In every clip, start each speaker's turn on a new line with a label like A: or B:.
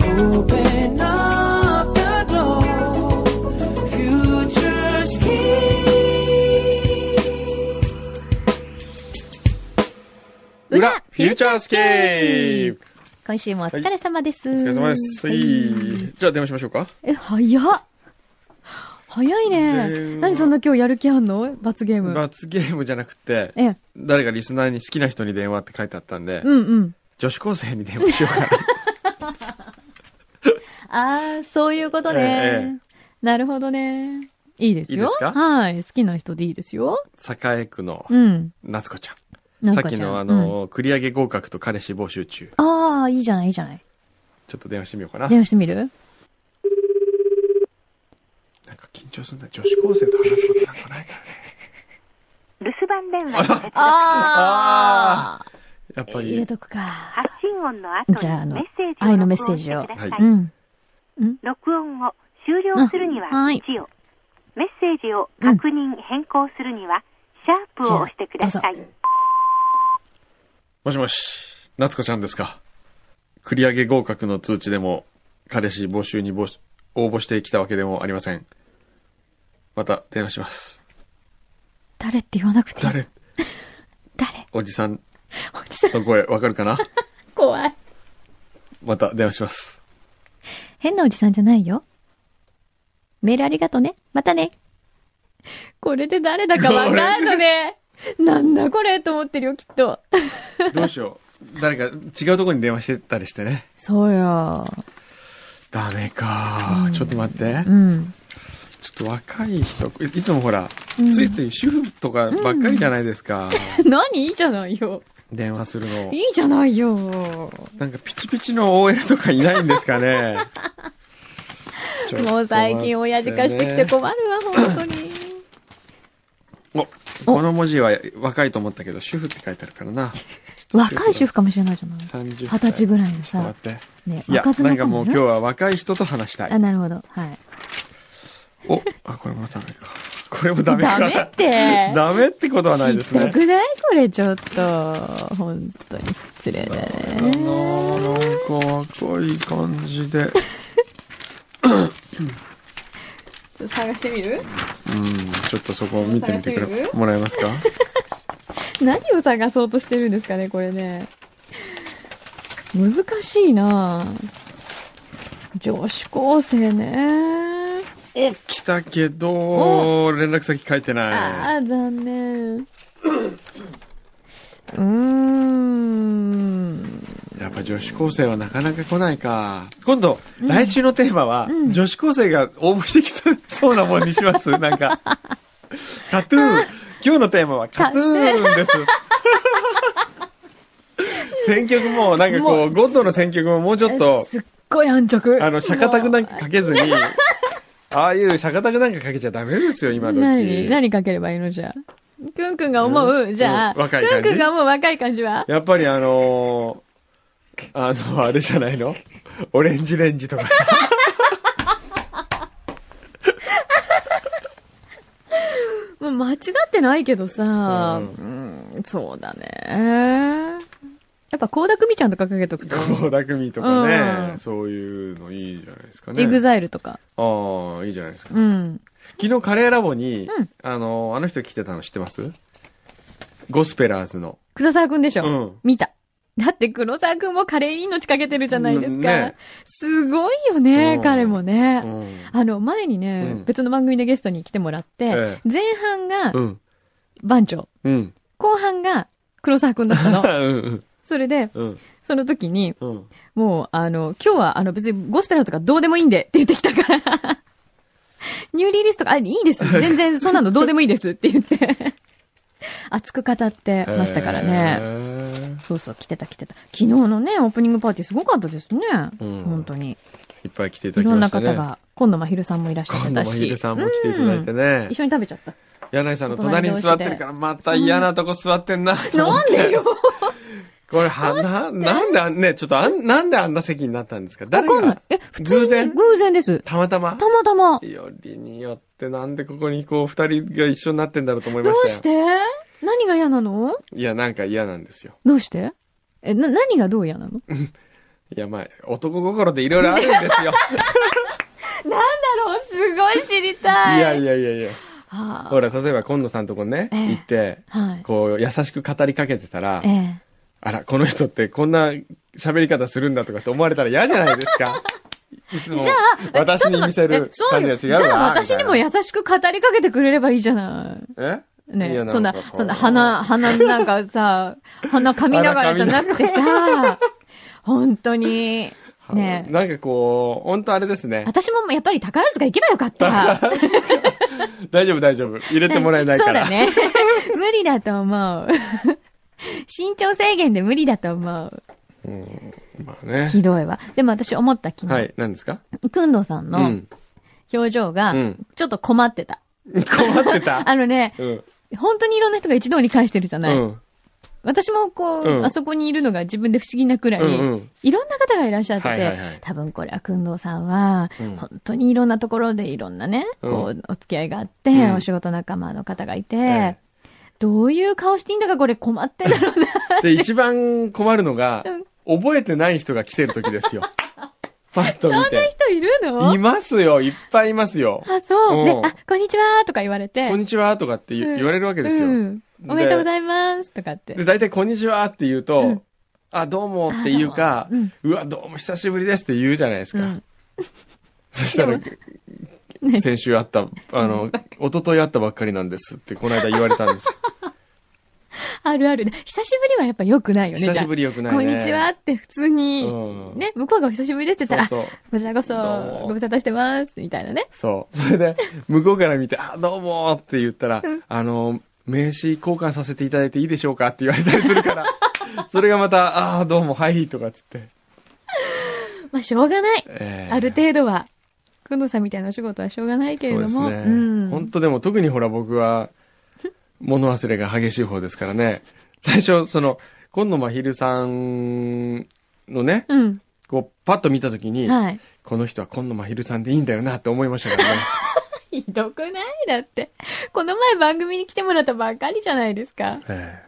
A: Open up the door, future's key.
B: 裏
C: 裏、フューチャースケープ
B: 今週もお疲れ様です。
C: お疲れ様です。は
B: はいい。
C: じゃあ電話しましょうか。
B: え、早っ早い
C: 電
B: ね。
C: 話
B: 何そんな今日やる気あんの罰ゲーム。
C: 罰ゲームじゃなくて、
B: ええ、
C: 誰かリスナーに好きな人に電話って書いてあったんで、
B: うんうん。
C: 女子高生に電話しようかな。
B: あー、そういうことね。
C: え
B: なるほどね。いいですよ。
C: いいですか
B: はい。好きな人でいいですよ。
C: 栄区の
B: うん。
C: 夏子ちゃん。
B: なん
C: さ
B: か
C: っき
B: じゃ
C: のあ
B: うん
C: の、繰り上げ合格と彼氏募集中。
B: あー、いいじゃない、いいじゃない。
C: ちょっと電話してみようかな。
B: 電話してみる
C: なんか緊張するんだ。女子高生と話すことなんかないからね。
D: 留守番電話に接続
B: あー。
C: やっぱ
B: 入れ
C: り、
B: とくか。
D: 発信音の後
B: じゃああの
D: にメッセージを
B: 愛のメッ
D: 録
B: セー
D: 音してく
B: ジを
D: ださい。
C: は
B: うん。
D: 録音を終了するには
B: あはい
D: 1を、メッセージを確認、変更するにはシャープを押してください。
C: もしもし、夏子ちゃんですか。繰り上げ合格の通知でも、彼氏募集に募集応募してきたわけでもありません。また電話します。
B: 誰って言わなくていい。
C: 誰
B: 誰
C: おじさん
B: おじさん
C: の声わかるかな
B: 怖い。
C: また電話します。
B: 変なおじさんじゃないよ。メールありがとね。またね。これで誰だかわかんのね。なんだこれと思ってるよ、きっと。
C: どうしよう。誰か違うとこに電話してたりしてね。
B: そうよ。
C: ダメか、
B: うん
C: ちょっと待って
B: う。ん。
C: ちょっと若い人、いいつもほら、
B: うん
C: ついつい主婦とかばっかりじゃないですか。
B: 何いいじゃないよ。
C: 電話するの。
B: いいじゃないよ。
C: なんかピチピチの OL とかいないんですか ね。ちょっと待ってね
B: もう最近親父化してきて困るわ、本当に。
C: おこの文字は若いと思ったけど、主婦って書いてあるからな。
B: 若い主婦かもしれないじゃない
C: 30歳。
B: 二十歳ぐらいの
C: ちょっと
B: さ
C: 待、って。
B: ね、
C: いや、
B: 若
C: な
B: 妻
C: んかもう
B: な
C: 今日は若い人と話したい
B: あ、。なるほど。はい。
C: お、あ、これもダメか。これもダメ
B: ダ
C: か。
B: メって。
C: ダメってことはないです
B: ひど
C: ね。
B: くないこれちょっと。本当に失礼だ
C: あ
B: ね。
C: のー、なんか若い感じで。
B: ちょっと探してみ
C: う
B: る
C: ん、ちょっとそこを見てみてく
B: 探してみ
C: れ
B: る
C: もらえますか
B: 何を探そうとしてるんですかね、これね。難しいなぁ女子高生ね。
C: お、来たけど、連絡先書いて
B: あ
C: ない。
B: あ、残念。うーん。
C: やっぱ女子高生はなかなか来ないか。今度、
B: ん
C: 来週のテーマは、
B: うん
C: 女子高生が応募してきたそうなもんにし ます。なんか。カトゥーン。今日のテーマはカトゥーン です。選曲も、なんか
B: も
C: こう、ゴッドの選曲ももうちょっ
B: え
C: と、
B: すっごい安直。
C: あの、シャカタクなん
B: も
C: かかけずに、ああいうシャカタクなんかかけちゃダメですよ、今
B: う
C: 時。
B: 何何かければいいのじゃあ。くんくんが思う、
C: うん
B: じゃあ、
C: うん若い
B: く
C: 感
B: ん
C: じ
B: くんが思う若い感じは
C: やっぱりあのー、あの、あれじゃないのオレンジレンジとかさ。
B: もう間違ってないけどさ、
C: う
B: うん、そうだね。やっぱ、倖田來未ちゃんとかかけとくと、
C: 倖田來未とかね、
B: うん
C: そういうのいいじゃないですかね。
B: エグザイルとか。
C: ああ、いいじゃないですか。
B: うん。
C: 昨日カレーラボに、
B: うん
C: あの、あの人来てたの知ってますゴスペラーズの。
B: 黒沢くんでしょ、
C: うん
B: 見た。だって黒沢くんもカレーに命かけてるじゃないですか。
C: うんね
B: すごいよね、
C: うん
B: 彼も
C: う
B: ね。
C: ん。
B: あの、前にね、
C: うん
B: 別の番組でゲストに来てもらって、
C: え
B: 前半が
C: うん。
B: 番長、
C: うん。
B: 後半が黒沢くんだった
C: う
B: の。
C: ん。
B: それで、
C: うん。
B: その時に、
C: うん。
B: もう、あの、今日は、あの、別にゴスペラーズとかどうでもいいんでって言ってきたから、 ニューリリースとか、あ、いいです。全然、そんなのどうでもいいですって言って、熱く語ってましたから
C: へ
B: ね。
C: ー
B: そうそう、来てた来てた。昨日のね、オープニングパーティーすごかったですね。
C: うん
B: 本当に。
C: いっぱい来ていた
B: い
C: だき
B: ろん
C: ま
B: な
C: したね。
B: 方が、今度まひるさんもいらっしゃっ
C: 今度
B: たし。
C: もひるさんも来ていただいて
B: う
C: ね
B: ん。一緒に食べちゃった。
C: 柳井さんの隣に座ってるから、また
B: 隣同士で
C: 嫌なとこ座ってんな。
B: なんでよ
C: これ、は、な、なんであんね、ちょっとあん、なんであんな席になったんですか
B: わ
C: 誰
B: かんない
C: が。
B: え、普通
C: 偶
B: に
C: 然
B: 偶然です。
C: たまたま
B: たまたま。
C: よりによってなんでここにこう二人が一緒になってんだろうと思い
B: ど
C: ま
B: う
C: したよ。
B: して何が嫌なの
C: いや、なんか嫌なんですよ。
B: どうしてえ、な、何がどう嫌なの
C: いや、まあ、男心でいろいろあるん ですよ。
B: なんだろうすごい知り
C: い
B: たい。
C: やいやいやいや。
B: はあ
C: ほら、例えば、今野さんとこね、
B: ええ
C: 行って、
B: はい。
C: こう、優しく語りかけてたら
B: え、え。
C: あら、この人ってこんな喋り方するんだとかって思われたら嫌じゃない ですか。いつも
B: じゃあ、
C: 私に見せる
B: えそう
C: 感じ
B: よ
C: が違うわ。
B: じゃあ私にも
C: み
B: 優しく語りかけてくれればいいじゃない。
C: たいなえいい
B: ね
C: よ
B: そんな
C: かこ、う
B: そんな、鼻、鼻なんか さ、鼻噛みながらじゃなくてさ、本当に。ねえ
C: なんかこう、本当あれですね。
B: 私もやっぱり宝塚行けばよかった。
C: 大丈夫大丈夫。入れてもらえないから。
B: そうだね。無理だと思 う。身長制限で無理だと思う。
C: うんまあね。
B: ひどいわ。でも私思った昨日、
C: はい、何ですか
B: くんどうさん
C: う
B: の
C: ん。
B: 表情が
C: うん、
B: ちょっと困ってた。
C: 困ってた。
B: あのね、
C: うん。
B: 本当にいろんな人が一堂に会してるじゃ
C: う
B: ない。
C: ん。
B: 私もこう、
C: うん
B: あそこにいるのが自分で不思議なくらい、
C: うんうん
B: いろんな方がいらっしゃってて、
C: はいはいはい
B: 多分これはくんどうさんは、
C: うん
B: 本当にいろんなところでいろんなね、
C: うん
B: こう、お付き合いがあって、
C: うん
B: お仕事仲間の方がいて、
C: え
B: どういう顔していいんだかこれ困ってんだろうな。
C: で、一番困るのが
B: うん、
C: 覚えてない人が来てる時 ですよ。パッと見
B: そんな
C: て。
B: 人いるの
C: いますよ、いっぱいいますよ。
B: あ、そう。
C: う
B: で
C: ん、
B: あ、こんにちはとか言われて。
C: こんにちはとかって
B: う
C: 言
B: ん
C: 言われるわけですよ。
B: うんおめでとうご
C: い
B: ざいますとかって。
C: で、大体こんにちはって言うと、
B: うん
C: あ、どうもって言うか
B: あ、どうも
C: うわ、どうも久しぶりですって言うじゃないですか。
B: うん
C: そしたら、
B: ね
C: 先週あった、あの、一昨日あったばっかりなんですって、この間言われたんですよ。
B: あるある。久しぶりはやっぱ良くないよね、
C: 久しぶ
B: り
C: りよくない
B: こ
C: ね。
B: んにちはって普通に、
C: うん
B: ね、向こうがお久しぶりですって言った
C: そ
B: ら、
C: うそう。
B: こちらこそ
C: どうも、
B: ご無沙汰してます、みたいなね。
C: そう。それで、向こうから見て、あ、どうもって言ったら、あの、名刺交換させていただいていいでしょうかって言われたりするから、 それがまた、あーどうも、はい、とかっつって。
B: まあ、しょうがない。
C: えー
B: ある程度は。くんどさんみたいなお仕事はしょうがないけれども。
C: そうですね。
B: ん。
C: 本当でも特にほら僕は、物忘れが激しい方ですからね。最初、その、今野真昼さんのね、
B: うん。
C: こう、パッと見たときに、
B: はい。
C: この人は今野真昼さんでいいんだよなって思いましたからね。
B: ひどくないだって。この前番組に来てもらったばっかりじゃないですか。
C: え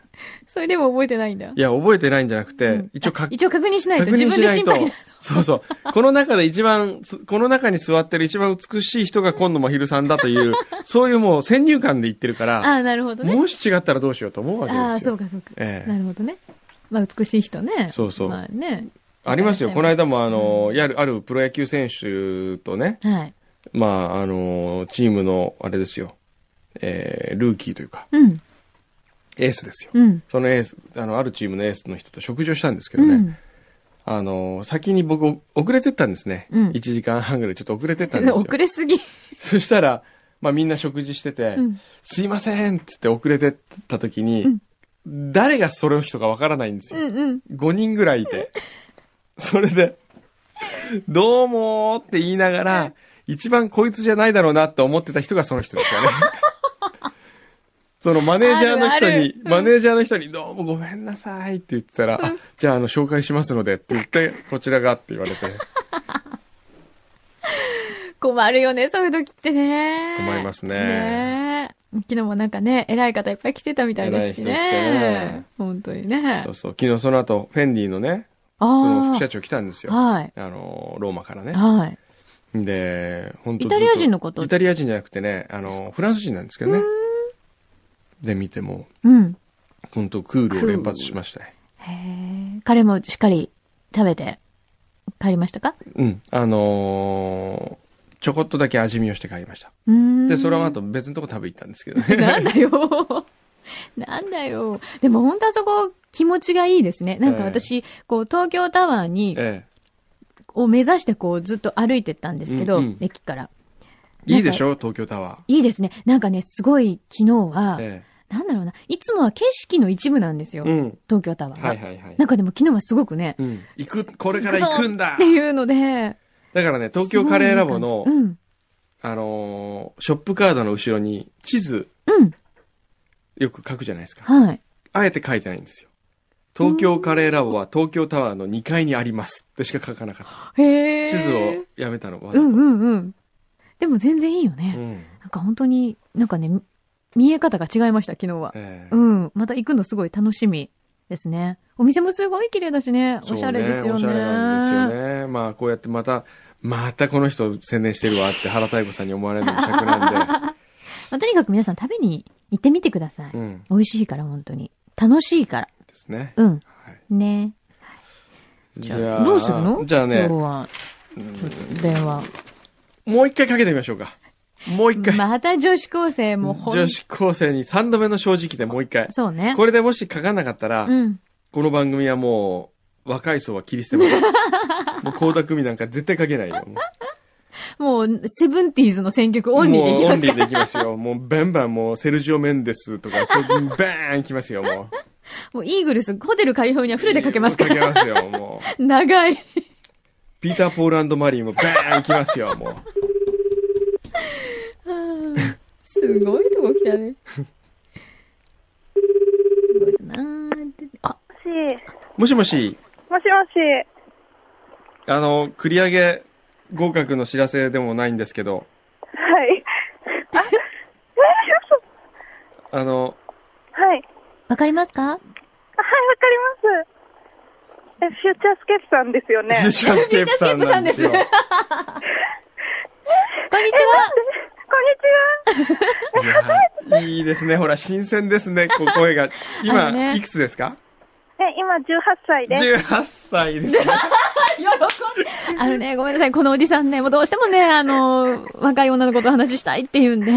B: それでも覚えてないんだ
C: え。いや、覚えてないんじゃなくて、
B: うん
C: 一応か
B: 一応確認しないと
C: 確
B: 自
C: 認
B: 分
C: し
B: で
C: ない
B: 心
C: と
B: 配だ。。
C: そうそう。この中で一番、すこの中に座ってる一番美しい人が今野真昼さんだと いう、そういうもう先入観で言ってるか
B: あ
C: ら、
B: あ、なるほどね。
C: もし違ったらどうしようと思うわけですよ。
B: ああ、そうかそうか。
C: ええ
B: なるほどね。まあ、美しい人ね。
C: そうそう
B: まあね。
C: ありますよ。
B: い
C: この
B: らっしゃ
C: 間
B: います
C: も、あの、やる、あるプロ野球選手とね、
B: はい。
C: まあ、あの、チームの、あれですよ、えー、ルーキーというか、
B: うん。
C: エースですよ。
B: うん。
C: そのエース、あの、あるチームのエースの人と食事をしたんですけ
B: う
C: どね、
B: ん。
C: あの、先に僕、遅れてったんですね。
B: うん
C: 1時間半ぐらいちょっと遅れてったんですよ
B: 遅。れすぎ。
C: そしたら、まあみんな食事してて、
B: うん
C: すいませんっつって遅れてった時に、誰がその人かわからないんですよ。
B: うんうん。
C: 5人ぐらいいて、 それで、どうもーって言いながら、一番こいつじゃないだろうなって思ってた人がその人ですよね。 そのマネージャーの人に、
B: あるあるうん
C: マネージャーの人に、どうもごめんなさいって言ってたら、あじゃああの紹介しますのでって言って、こちらがって言われて、
B: 困るよね、そういう時ってね。
C: 困りますね
B: ねえ昨日もなんかね、偉い方いっぱい来てたみたいです
C: 偉
B: し
C: い人来て
B: ね
C: ね。
B: 本当にね
C: そう。そう、昨日その後、フェンディのね、
B: あ
C: その副社
B: あ
C: 長来たんですよ。あ
B: はい。
C: の、ローマからね。
B: はい。
C: で、本当
B: イタリア人のこと
C: イタリア人じゃなくてね、あの、フランス人なんですけどね。で、見ても、
B: うん。
C: 本当クールを連発しましたね。
B: へえ。彼もしっかり食べて帰りましたか
C: うん。あのーちょこっとだけ味見をして帰りました。
B: うーん。
C: で、それはあと別のとこ食べ行ったんですけどね。
B: なんだよ。 なんだよ。でも本当あそこ気持ちがいいですね。なんか私、こう東京タワーに、
C: え
B: を目指してこうずっと歩いてったんですけ
C: う
B: ど、
C: んうん
B: 駅から。
C: え。いいでしょ東京タワ
B: いいですね。なんかね、すごい昨日
C: ー。
B: は、
C: え
B: なんだろうな、いつもは景色の一部なんですよ。
C: え。うん。
B: 東京タワーが、
C: はいはいはい
B: な。んかでも昨日はすごくね、
C: うん。行く、これから行くんだ
B: っていうので、
C: だからね、東京カレーラボの
B: す、ごいいい感
C: あのーショップカードの後ろに地図
B: じうん、
C: よく書くじゃないですか。
B: うん、はい。
C: あえて書いてないんですよ。東京カレーラボは東京タワーの2階にありますってしか書かなかった。
B: へえ。
C: 地図をやめたのは。
B: うんうんうん。でも全然いいよね。
C: うん
B: なんか本当に、なんかね、見え方が違いました、昨日は。
C: ええ
B: うん。また行くのすごい楽しみ。ですね。お店もすごい綺麗だしね。
C: そう
B: おしゃれですよね。
C: おしゃれなんですよね。まあ、こうやってまた、またこの人宣伝してるわって原太鼓さんに思われるのも尺なん
B: まあ、とにかく皆さん食べに行ってみてください。
C: で。うん。
B: 美味しいから、本当に。楽しいから。
C: ですね。
B: うん。
C: はい。
B: ね。
C: じゃあ、
B: どうするの
C: じゃあね
B: 今、日は、ちょっと電話。
C: もう一回かけてみましょうか。もう一回。
B: また女子高生もほん
C: 女子高生に3度目の正直でもう一回。
B: そうね。
C: これでもし書かなかったら、
B: うん。
C: この番組はもう、若い層は切り捨てま す。もう、高田組なんか絶対書けないよ。も
B: もう、セブンティーズの選曲
C: う
B: オンリーでい
C: も
B: き
C: うオ
B: ま
C: ン
B: す
C: リーで
B: か
C: いきますよ。もう、バンバンもう、セルジオ・メンデスとか、そうバーンいきますよ、もう。
B: もうイーグルス、ホテルカリフォルニアフルでかけますか
C: かけ
B: ら。
C: ますよ、もう。
B: 長い。
C: ピーター・ポールマリーもバーンいきますよ、もう。
B: すごいとこ来たね。すごいなーってあ、
E: し、
C: もしもし、
E: もしもし、
C: あの、繰り上げ合格の知らせでもないんですけど、
E: はい。あ、
C: あの、
E: はい。
B: わかりますか
E: あはい、わかります。え、フューチャースケープさんですよ ね。
C: フューチャースケープさんなんですよ。
B: フューこんにちは。
E: こんにちは。
C: いやいいですね。ほら、新鮮ですね、こう声が。
B: あ
C: 今、
B: のね
C: いくつですか
E: え、今18歳です。
C: ?18 歳ですね。
B: あのね、ごめんなさい。このおじさんね、もうどうしてもね、あ の、若い女の子とお話ししたいっていうん で、
E: あ、い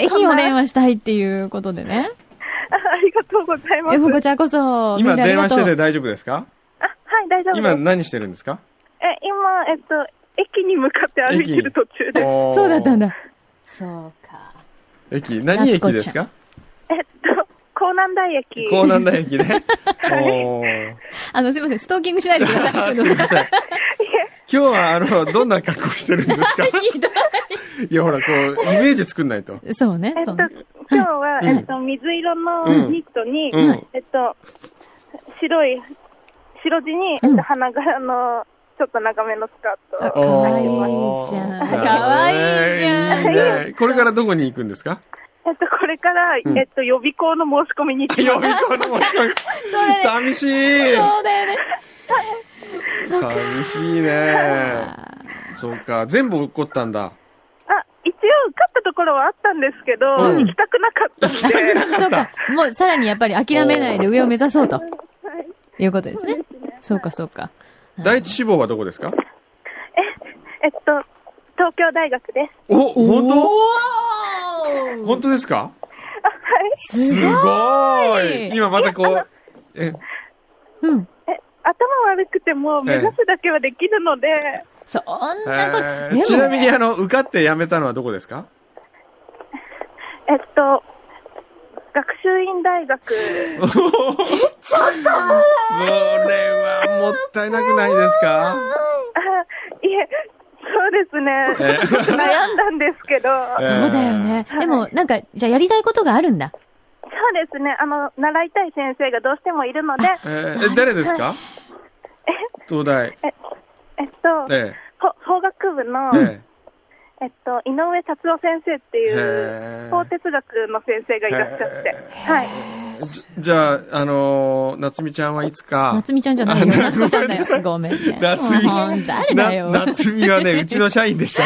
B: ぜひお電話したいっていうことで ね。
E: あありがとうございます。
B: え、こちらこそ、メー
C: 今、
B: ルあり
C: 電
B: が
C: 話
B: と
C: してて
B: う。
C: 大丈夫ですか
E: あ、はい、大丈夫です。
C: 今、何してるんですか
E: え、今、えっと、駅に向かって歩いてる途中です。
B: そう
C: う
B: だったん。だ。そうか。
C: 駅、何駅ですか
E: えっと、江南台駅。
C: 江南台駅 ね。おー。
B: あの、すいません。ストーキングしないでくださ
C: あ
B: い。
C: すいません。今日は、あの、どんな格好してるんですか
B: ひど
C: いや、ほら、こう、イメージ作んないと。
B: いそうね
E: え、っ
B: そ
E: と
B: うね。、
E: 今日は、
C: うん
E: えっと、水色
C: う
E: の
C: ん
E: ニットに、
C: うん
E: えっと、白い、白地に、えっ
B: うん
E: と、花柄の、ちょっと長めのスカー
B: あ
E: ト。
B: 可愛いじゃん
C: おー
B: 可愛いじゃん
C: いいねこれからどこに行くんですか
E: えっと、これから、
C: うん
E: えっと、予備校の申し込みに行 き
C: 予
E: ます。
C: 備校の申し込み寂しい
B: そうだよね。そうか。
C: 寂しいね。そうか。全部起こったんだ。
E: あ、一応、勝ったところはあったんですけど、
C: うん
E: 行きたくなかったんで、
B: そうか。もうさらにやっぱり諦めないで上を目指そうと
E: はい
B: いうことですね。そうか、そうか。
C: 第一志望はどこですか
E: えっと、東京大学です。
C: お、本当
B: 当
C: 本当ですか
E: あ、はい。
B: す
C: す
B: ごい
C: ごい今またこう、え、
B: うん。
E: え、頭悪くても、目指すだけはできるので、
B: そん
C: え
B: なこと、
C: ーち
B: で
C: な
B: も、
C: みにあの、受かって辞めたのはどこですか
E: えっと、学習院大学。
C: お ーそれはもったいなくないですか
E: あ、いえ、そうですね。
C: えー
E: 悩んだんですけど、
C: え
E: そう
B: そうだよね。でも、なんか、じゃあやりたいことがあるんだ。
E: ですね。あの、習いたい先生がどうしてもいるので、
C: えーえ誰ですか東大。
E: えっと、
C: え
E: ほ法学部
C: え
E: の、
C: え
E: えっと、井上達夫先生って
C: え
E: いう、
C: へ
E: 法
C: ー
E: 哲学の先生がいらっしゃって、はい。
C: じじゃあ、あのー、夏美ちゃんはいつか、
B: 夏美ちゃんじゃないよ。
C: あ
B: 夏子ちゃんだ
C: ごめんなさ
B: よ。
C: い
B: ごめんね。
C: 夏美
B: もう誰だよ。
C: な夏美 はね、うちの社員でした。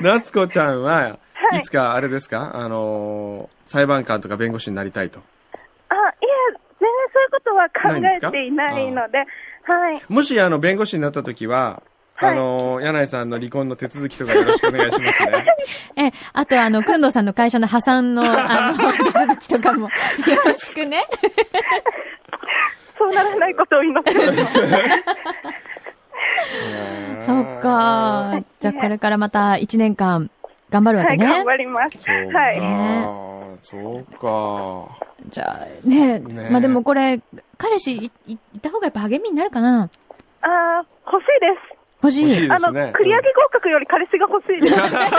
C: 夏子ちゃんは、
E: い
C: いつか、あれですか、あのー裁判官とか弁護士になりたいと。
E: あ、いえ、全然そういうことは考えていないので、はい。
C: もし、あの、弁護士になった時は、
E: はい
C: あのー柳井さんの離婚の手続きとかよろしくお願いします ね。
B: え、あとあの、くんどうさんの会社の破産の、あの、手続きとかも、よろしくね。
E: そうならないことを祈 ってます。
B: そっか。じゃあこれからまた1年間、頑張るわ
E: は
B: け
E: い、
B: ね。
E: 頑張ります。
C: そうか、
E: はい。
C: そうか。
B: じゃあね、
C: ね
B: まあでもこれ、彼氏いいいた方がやっぱ励みになるかな
E: あー欲しいです。
B: 欲しい。
C: 欲しいで
E: あ
C: す
E: の、
C: ね。
E: 繰り上げ合格より彼氏が欲しいです。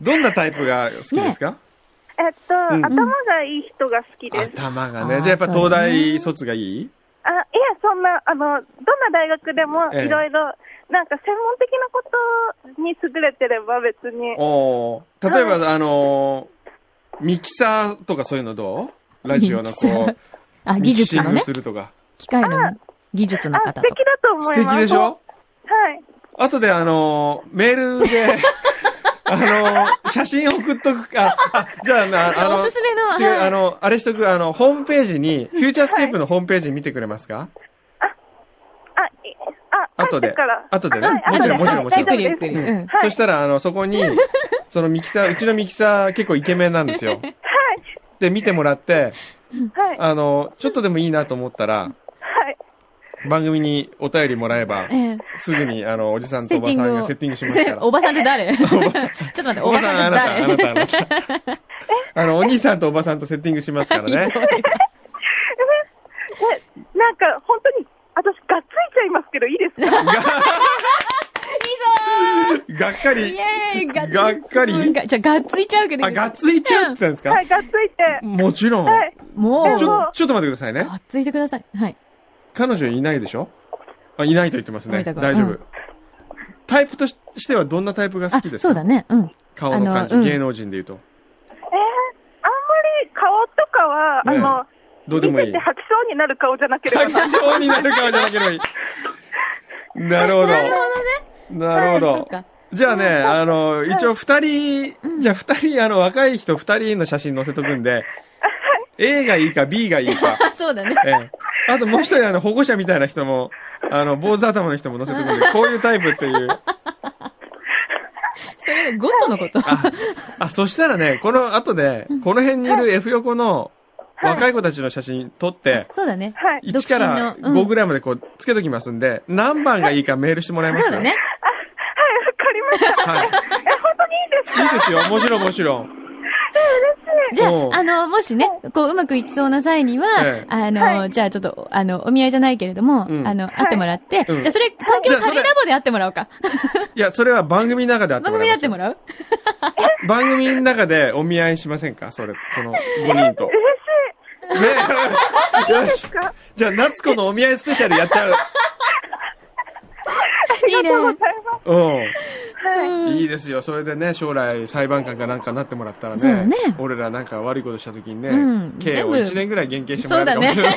C: どんなタイプが好きですか、
E: えっと、
C: うん
E: 頭がいい人が好きです。
C: 頭が
B: あ
C: ね。
B: ー
C: じゃあやっぱ
B: そう
C: 東
B: だね
C: 大卒がいい
E: あ、いや、そんな、あの、どんな大学でも
C: ええ
E: いろいろ、なんか専門的なことに優れてれば別に。
C: おー例えば、あのーミキサーとかそういうのどうラジオのこう、
B: あ、
C: ミ
B: 技
C: キシ
B: 術
C: ン
B: の
C: グ
B: ね、
C: するとか。
B: 機械の技術の
E: あ、
B: 方と
E: 素
B: か。
E: 敵だと思
C: 素
E: います。
C: 敵でしょ
E: はい。
C: 後であのーメールで、あのー写真送っとくか。あじゃあな、
B: じゃ
C: あ
B: あ、
C: の
B: おす、すめの、
C: 違う、
B: はい
C: あの、あれしとく、あの、ホームページに、フューチャースケープのホームページ見てくれますか
E: あ、いあ、
C: 後で
E: 帰ってから。
C: 後でね
E: はい
C: もちろん
E: 後で
C: もちろんもちろ
B: ゆっ
C: ん
B: くりゆっ
E: 大丈夫
B: く
E: で
B: り。
C: う
B: うんん。
E: はい
C: そしたら、あの、そこに、そのミキサー、うちのミキサー結構イケメンなんですよ。で、見てもらって、
E: すはい。
C: あの、ちょっとでもいいなと思ったら、
E: はい。
C: 番組にお便りもらえば、
B: ええ
C: すぐに、あの、おじさんと
B: セッ
C: おば
B: ティ
C: さ
B: ン
C: ん
B: グ
C: が
B: を。
C: セッティングしますから。
B: おばさんっ て誰ちょっと待って、おばさん
C: あ
B: っ
C: なた、あ
B: て
C: なた、
B: 誰
C: あなた。あの、お兄さんとおばさんとセッティングしますからね。
E: え、なんか、本当に、私、がっついちゃいますけど、いいですか
C: がっか
B: いいぞーイ
C: り、
B: エーイが
C: がっかり
B: うんがじゃあ、がっついちゃうけど。
C: あ、がっついちゃうって言ったんです
E: は
C: か
E: い、がっついて。
C: もちろん。
E: はい。
B: も
C: ちょ、
B: う、
C: ち
E: で
C: ょっと待って
B: が
E: も
C: くださいね。
B: っついてください。はい。
C: 彼女いないでしょあ、いないと言ってますね。
B: 森田
C: 大
B: 君
C: 丈
B: う
C: 夫
B: ん。
C: タイプとししてはどんなタイプが好
B: あ
C: き、ですか
B: そうだね。うん。
C: 顔の感
B: あのう
C: じ、
B: ん
C: 芸能人で言うと。
E: えー、あんまり顔とかは、
C: ねえ
E: あの、
C: どうでも
E: 見
C: い
E: て
C: い
E: て。白鳥になる顔じゃなけれ ば
C: 吐き
E: な。
C: そうになる顔じゃなければいい。な るほど。なるほ
B: そう
C: ど
B: か。
C: じゃあね、あの、一応二人、じゃあ二人、あの、若い人二人の写真載せとくんで、A がいいか B がいいか。
B: あ、そうだね。
C: ええ。あともう一人、あの、保護者みたいな人も、あの、坊主頭の人も載せてくんで、こういうタイプっていう。
B: それ、ゴッドのこと。
C: あ、あ、そしたらね、この後で、この辺にいる F 横の若い子たちの写真撮って、
B: そうだね。
E: はい。
C: 1から
B: 独身の
C: 5
B: うん
C: ぐらいまでこう、つけときますんで、何番がいいかメールしてもらえます
B: そうだね。
E: はい、わかり
C: は
E: ました。
C: い。
E: え、本当にいいです
C: いいですよ。もちろんもちろん。
B: じゃ
C: うん
B: あ、あの、もしね、こう、うまくいきそうな際に
C: え
B: は
C: え、
B: あ
E: は
B: の、じゃあ、ちょっと、あの、お見合いじゃないけれども、
C: うん
B: あの、会ってもらって、じ
C: う
B: ゃ
C: ん
B: あ、それ、東京カレーラボで会ってもらおうか。
C: いや、それは番組の中であって
B: 番
C: もら
B: 組
C: い
B: で
C: ま
B: 会
C: す
B: って
C: よ
B: もらう
C: 番組の中でお見合いしませんかそれ、その5人と。ねよし。じゃあ、夏子のお見合いスペシャルやっちゃう。
B: いいね。
C: うん。いいですよ。それでね、将来裁判官かなんかなってもらったら
B: そう
C: ね、
B: だね
C: 俺らなんか悪いことした時にね、
B: うん
C: 刑を
B: 全部
C: 1年ぐらい減刑してもらえるかもしれない。
E: ね。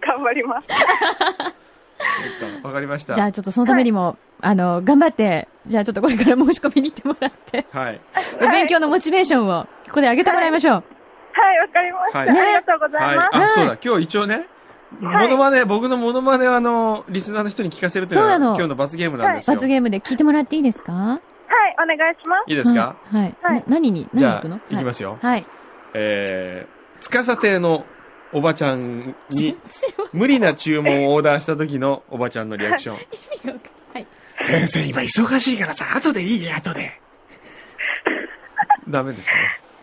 E: 頑張ります。
C: そっ かわかりました。
B: じゃあ、ちょっとそのためにも、あの、頑張って、じゃあ、ちょっとこれから申し込みに行ってもらって、
C: はい。
B: お勉強のモチベーションを、ここで上げてもらいましょう。
E: はい、わかりました。
C: は
E: あ
C: い
E: りがとうござ
C: はいい
E: ま。す。
B: は
C: あ、
B: い
C: そうだ。今日一応ね、モノマネ、僕のモノマネはあの、リスナーの人に聞かせるというのが
B: そうなの
C: 今日の罰ゲームなんですよ。
B: 罰ゲームで聞いてもらっていいですか
E: はい、お願いします。
C: いいですか、
B: はいはい。
E: はい
B: な何に、
C: じ
B: 何
C: ゃ
B: 行
C: あ、
B: くの
C: 行きますよ。
B: はい。
C: えー、つかさ亭のおばちゃんに、無理な注文をオーダーした時のおばちゃんのリアクション。
B: はい。
C: 先生、今忙しいからさ、後でいいね、後 で。ダメですね。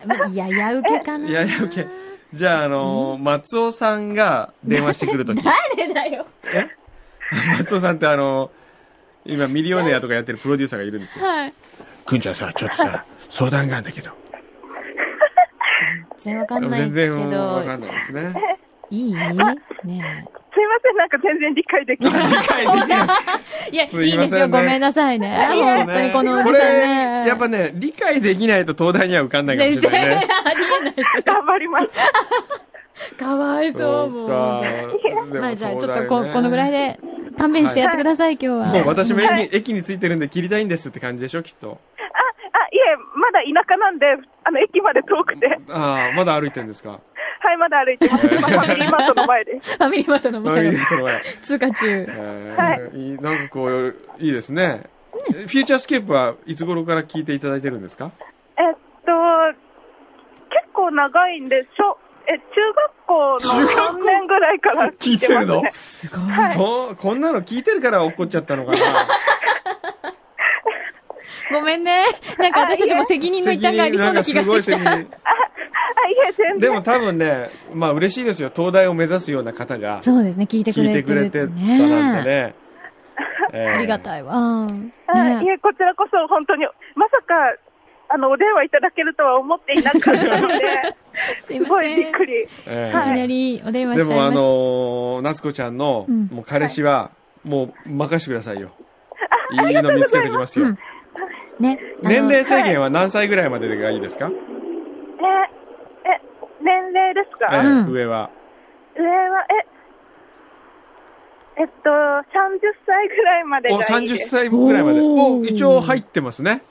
B: まあやや受けかな。
C: いやいや、オッケー。じゃあ、あのー松尾さんが電話してくる とき。
B: 誰だよ。
C: え松尾さんってあのー今、ミリオネアとかやってるプロデューサーがいるんですよ。
B: はい。
C: くんちゃんさ、ちょっとさ、相談があるんだけど。
B: 全然わかんな
C: 全
B: いけ
C: 然わか
B: ど、
C: んないです ね。
B: いいね
E: すいません、なんか全然理解できない。
C: 理解できない。
B: え。いや、
C: す
B: い
C: い
B: い
C: ませんね
B: ですよ。ごめんなさいね。
C: ちょっとね
B: 本当にこのおじ
C: こ
B: さん
C: れ、
B: ね。
C: やっぱね、理解できないと東大には受かんないかもし
B: 全
C: れない
B: 然
C: ね。
B: ありえない。
E: 頑張ります。
B: かわいそう、もう。
C: う
B: まあじゃあ、ちょっとこ、このぐらい
C: で
B: で、勘弁してやってください、今日
C: も
B: は。
C: 東大ね。もう私も駅,、
E: はい
C: 駅に着いてるんで切りたいんですって感じでしょ、きっと。
E: あ、いえ、まだ田舎なんで、あの、駅まで遠くて。
C: あ
E: は
C: あ、まだ歩いてるんですか。
E: い、まだ歩いてます。今、ファミリーマートの前です。
B: ファミリーマートの
C: あいい
B: 前
C: で
B: の
C: すこれ
B: 通過中。
C: え
E: はい
C: ーいいなんかこう、いいですね。フューチャースケープはいつ頃から聞いていただいてるんですか
E: えっと、結構長いんで、しょえ中学校の3年ぐらいから
C: 聞いて
E: ま
C: る
E: す
C: の
E: ね。
B: すごい。
C: そう、こんなの聞いてるから怒っちゃったのか な。
B: ごめんね。なんか私たちも責任の一端がありそうな気がしてき
C: 責任
B: た。
C: なんかすごい責任
E: あ、いえ、全
C: で
E: 然。
C: も多分ね、まあ嬉しいですよ。東大を目指すような方が
B: そうですね、聞いてく
C: 聞い
B: れ
C: て
B: て
C: くれ
B: る
C: てた
B: て
C: なんてね。えー
B: ありがたいわ。
E: あい
B: ね
E: え、こちらこそ本当に、まさか、あの、お電話いただけるとは思っていなかっ たので、
B: すい
E: す
B: ま
E: ご
B: せ
E: い
B: ん。
E: びっく
B: い
E: り。
C: え
B: き
C: ー
B: なりお電話
C: で
B: しち
C: もあ
B: ゃいま
C: の
B: し
C: ー、夏子ちゃんの、
B: うん
C: もう彼氏は、もう任してくださいよ。いいの見つけてきますよ。
B: うんた。ね。あの
C: 年齢制限は何歳ぐらいまでがいいですか、
E: え、え、年齢ですか、
C: え
B: うん
C: ー上は。
E: 上は、え、えっと、30歳ぐらいまでが
C: お、
E: いいで
C: 30
E: す。
C: 歳ぐらいまで。
B: おー
C: お、一応入ってますね。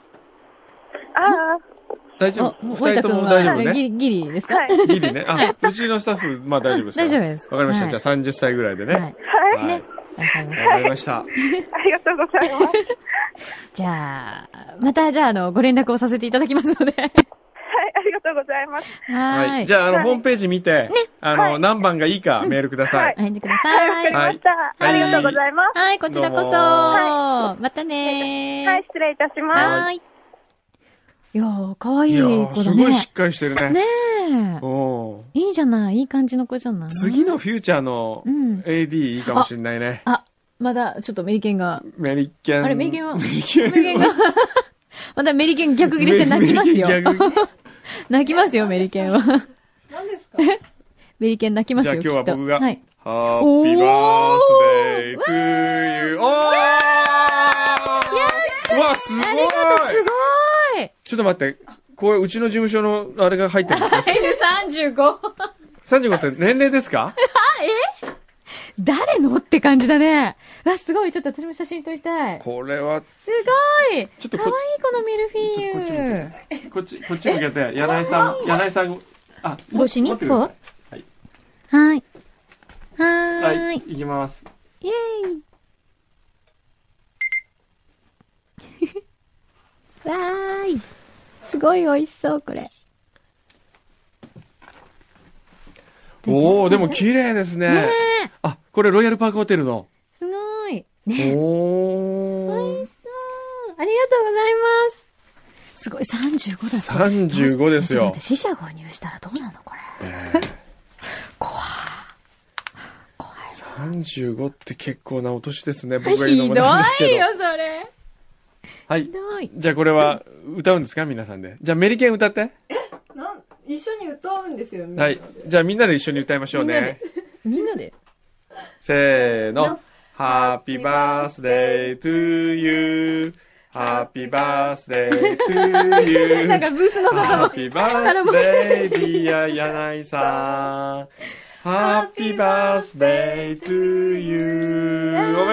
E: ああ、
C: 大丈
B: あ
C: 夫、。
B: 森
C: 二人
B: 田
C: と
B: 君
C: も大丈夫
B: は、
C: ね。
B: ギリギリですか
E: はい。
C: ギリね。あ、うちのスタッフ、まあ大丈夫ですから。
B: 大丈夫です
C: わかりました。
B: はい
C: じゃあ30歳ぐらいでね。
B: は。
C: はい
E: はい。
C: い。
B: ねわかりました。
C: わかりました。
E: ありがとうございます。はい、
B: じゃあ、また、じゃあ、あの、ご連絡をさせていただきます ので。は
E: ありがとうございます。
B: ーい。
C: はい。じゃあ、あの、
E: はい
C: ホームページ見て、あの、
E: はい
C: 何番がいいかメールください。
B: お返事くだ
E: はい、わ
B: さ
E: かり
B: い。
E: ました。
C: はい
E: ありがとうございます。
B: はい、こちらこそ。
C: どうもは
B: またねー。
E: はい、失礼いたします。
B: はーい。いやー、かわい
C: い
B: い
C: や
B: 子
C: ー、
B: だ
C: すごい
B: ね
C: し。っかりしてるね。
B: ねえ。
C: おー
B: いいじゃない。いい感じの子じゃない。
C: 次のフューチャーの
B: うん。
C: AD いいかもしれないね。
B: あ、まだ、ちょっとメリケンが。
C: メリケン。
B: あれメリケンは
C: メリケン
B: メリケンが。 またメリケン逆切れして泣きますよ
C: メリ。ケン 逆
B: 泣きますよ、メリケンは。何ですか メリケン泣きますよ。
C: じゃあ今日は
B: きっと
C: 僕が
B: はい。
C: ハッピーバースデートゥーユー。おーうわ、すごい
B: ありがとう、すごい
C: ちょっと待って。これ、うちの事務所のあれが入ってるんです か
B: N35!
C: 35って年齢ですか
B: 誰のって感じだね。うわ、すごい。ちょっと私も写真撮りたい。
C: これは、
B: すごい
C: ちょっと
B: 可
C: こ
B: 愛いこのミルフ
C: ちょっとこっち
B: ィ
C: 見
B: ーユ。
C: こっち、こっち向けて、柳井さん、柳井さん、あ、
B: 帽子に
C: 持ってください
B: こはい。は
C: は
B: ー
C: い、
B: い。
C: いきます。
B: イェーイ。 わーい。すごい美味しそう、これ。
C: おー、でも綺麗ですね
B: ね。え
C: あ、これロイヤルパークホテルの。
B: すごい。ねえ
C: お
B: 美味
C: ー
B: し。そう。ありがとうございます。すごい、35だって。
C: 35ですよ
B: ちょっと待って死者購入したらどうなのこれ。
C: えー
B: 怖い。怖い。
C: 35って結構なお年ですね、
B: ひ
C: 僕
B: ど
C: が言うのもなんですけ
B: い
C: ど
B: よ。、それ。
C: は
B: ひ
C: い。
B: どい。
C: じゃあこれは歌うんですか皆さんで。じゃあメリケン歌って。
F: なん一緒に歌うんですよね。
C: はい。じゃあみんなで一緒に歌いましょう
B: みんなで
C: ね。
B: みんなで。
C: せーの
F: の。
C: Happy birthday to you.Happy birthday to
B: なんか
C: you.
B: ブースの外も。
C: Happy birthday, dear 柳井さん。Happy birthday to you. おめでとう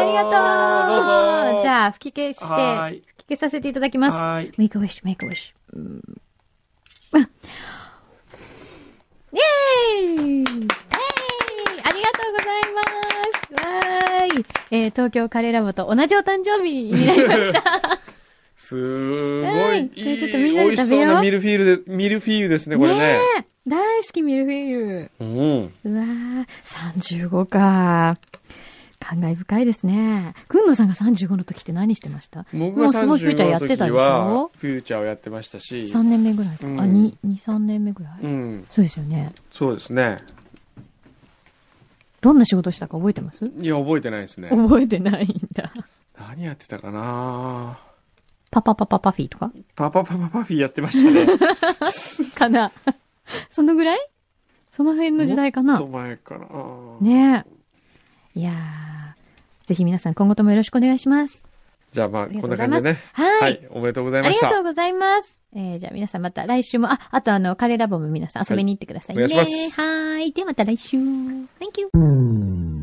B: ありがとう
C: どうぞ
B: じゃあ、吹き消して、
C: はー
B: 吹
C: い
B: き消させていただきます。
C: はーい。
B: make a wish, make a wish. うんあイェーイイェーイありがとうございますわーいえー、東京カレーラボと同じお誕生日になりました。
C: すーご
B: はいい。
C: いい
B: ちょっとみんなで食べよう
C: 美味しそうなミルフィーユで、ミルフィーユです ね、これね。
B: え大好きミルフィーユ。
C: うん。
B: うわー、35か。感慨深いですね。くんのさんが35の時って何してました
C: 僕が
B: もうもうフューチャー
C: 35
B: やっ
C: の
B: てたで
C: 時
B: し
C: は
B: ょ、
C: フューチャーをやってましたし、
B: ?3 年目ぐらいか。
C: うん
B: あ、2、2、3年目ぐらい、
C: うん。
B: そうですよね。
C: そうですね。
B: どんな仕事したか覚えてます
C: いや、覚えてないですね。
B: 覚えてないんだ。
C: 何やってたかな
B: パパパパパフィーとか
C: パパパパパフィーやってましたね。
B: かなそのぐらいその辺の時代
C: ち
B: か
C: ょっ
B: な
C: と前かな
B: ねえ。いやー、ぜひ皆さん今後ともよろしくお願いします。
C: じゃあまあ、
B: ありが
C: ことん
B: うご
C: な
B: ざ
C: 感
B: いま
C: じ
B: す
C: でね。
B: はい
C: はい。おめでとうござい
B: あ
C: ま
B: り
C: した。
B: がとうございます。えー、じゃあ皆さんまた来週も、あ、あとあの、カレーラボも皆さん遊びに行ってくださいね。
C: はいお願いします
B: はーい。ではまた来週。Thank you.
G: うん